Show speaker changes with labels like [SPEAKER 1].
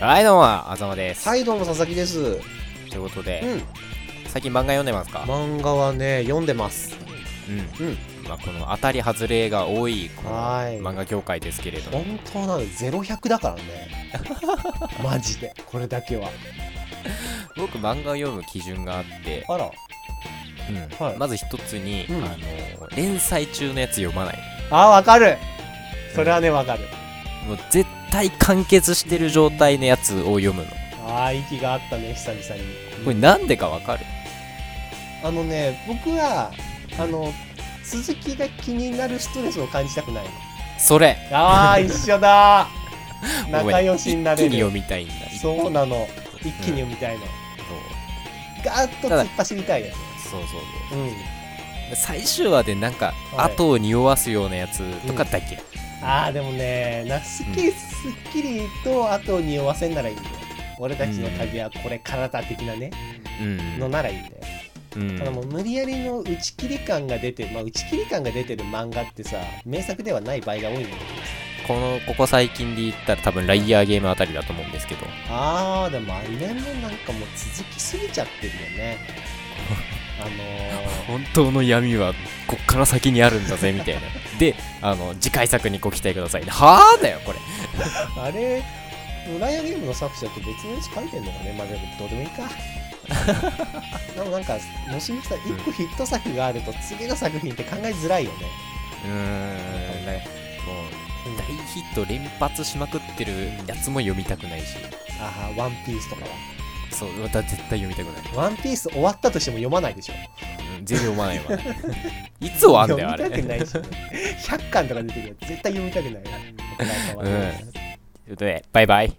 [SPEAKER 1] はいどうもあざまです、
[SPEAKER 2] はいどうも佐々木ですうん
[SPEAKER 1] ということで、最近漫画読んでますか、
[SPEAKER 2] 漫画はね読んでます
[SPEAKER 1] うん
[SPEAKER 2] うん
[SPEAKER 1] まあ、この当たり外れが多いこの
[SPEAKER 2] はい
[SPEAKER 1] 漫画業界ですけれども
[SPEAKER 2] 本当なのゼロ百だから ねマジでこれだけは
[SPEAKER 1] 僕漫画を読む基準があって、
[SPEAKER 2] あら
[SPEAKER 1] うん
[SPEAKER 2] はい
[SPEAKER 1] まず一つに、
[SPEAKER 2] うん
[SPEAKER 1] あの連載中のやつ読まない
[SPEAKER 2] あわかるそれはねわかる
[SPEAKER 1] もう絶対完結してる状態のやつを読むの
[SPEAKER 2] ああ息があったね久々に
[SPEAKER 1] これなんでかわかる
[SPEAKER 2] あのね僕はあの鈴木が気になるストレスを感じたくないの
[SPEAKER 1] それ
[SPEAKER 2] あー一緒だ ー
[SPEAKER 1] ごめん
[SPEAKER 2] 仲良しになれ
[SPEAKER 1] 一気に
[SPEAKER 2] る
[SPEAKER 1] 読みたいんだ
[SPEAKER 2] そうなの一気に読みたいの、ガーッと突っ走りたいや
[SPEAKER 1] そうそうそう
[SPEAKER 2] つうん
[SPEAKER 1] そう最終話でなんか
[SPEAKER 2] はい
[SPEAKER 1] 後を匂わすようなやつとか大嫌い、
[SPEAKER 2] ああでもねなすっきりすっきりと後を匂わせんならいいんだよ俺たちの鍵はこれからだ的なね、
[SPEAKER 1] うん
[SPEAKER 2] のならいいんだよ、
[SPEAKER 1] うん
[SPEAKER 2] ただもう無理やりの打ち切り感が出てる、まあ、打ち切り感が出てる漫画ってさ名作ではない場合が多いんだけど
[SPEAKER 1] このここ最近で言ったら多分ライアーゲームあたりだと思うんですけど
[SPEAKER 2] ああでもあれもなんかもう続きすぎちゃってるよね あのー
[SPEAKER 1] 本当の闇はこっから先にあるんだぜみたいな であの次回作にご期待くださいはあだよこれ
[SPEAKER 2] あれライアーゲームの作者って別のやつ書いてんのかねまあでもどうでもい いかでもなんかもしみきさん1個ヒット作があると次の作品って考えづらいよね、
[SPEAKER 1] うーんなんかもう大ヒット連発しまくってるやつも読みたくないし
[SPEAKER 2] ああワンピースとか
[SPEAKER 1] そうまた絶対読みたくない、
[SPEAKER 2] はワンピース終わったとしても読まないでしょ
[SPEAKER 1] うん、全然読まないわ いつ終わんだよあ
[SPEAKER 2] 読みたくな
[SPEAKER 1] れ
[SPEAKER 2] いし、100巻とか出てるやつ絶対読みたくないよ、
[SPEAKER 1] うんということでバイバイ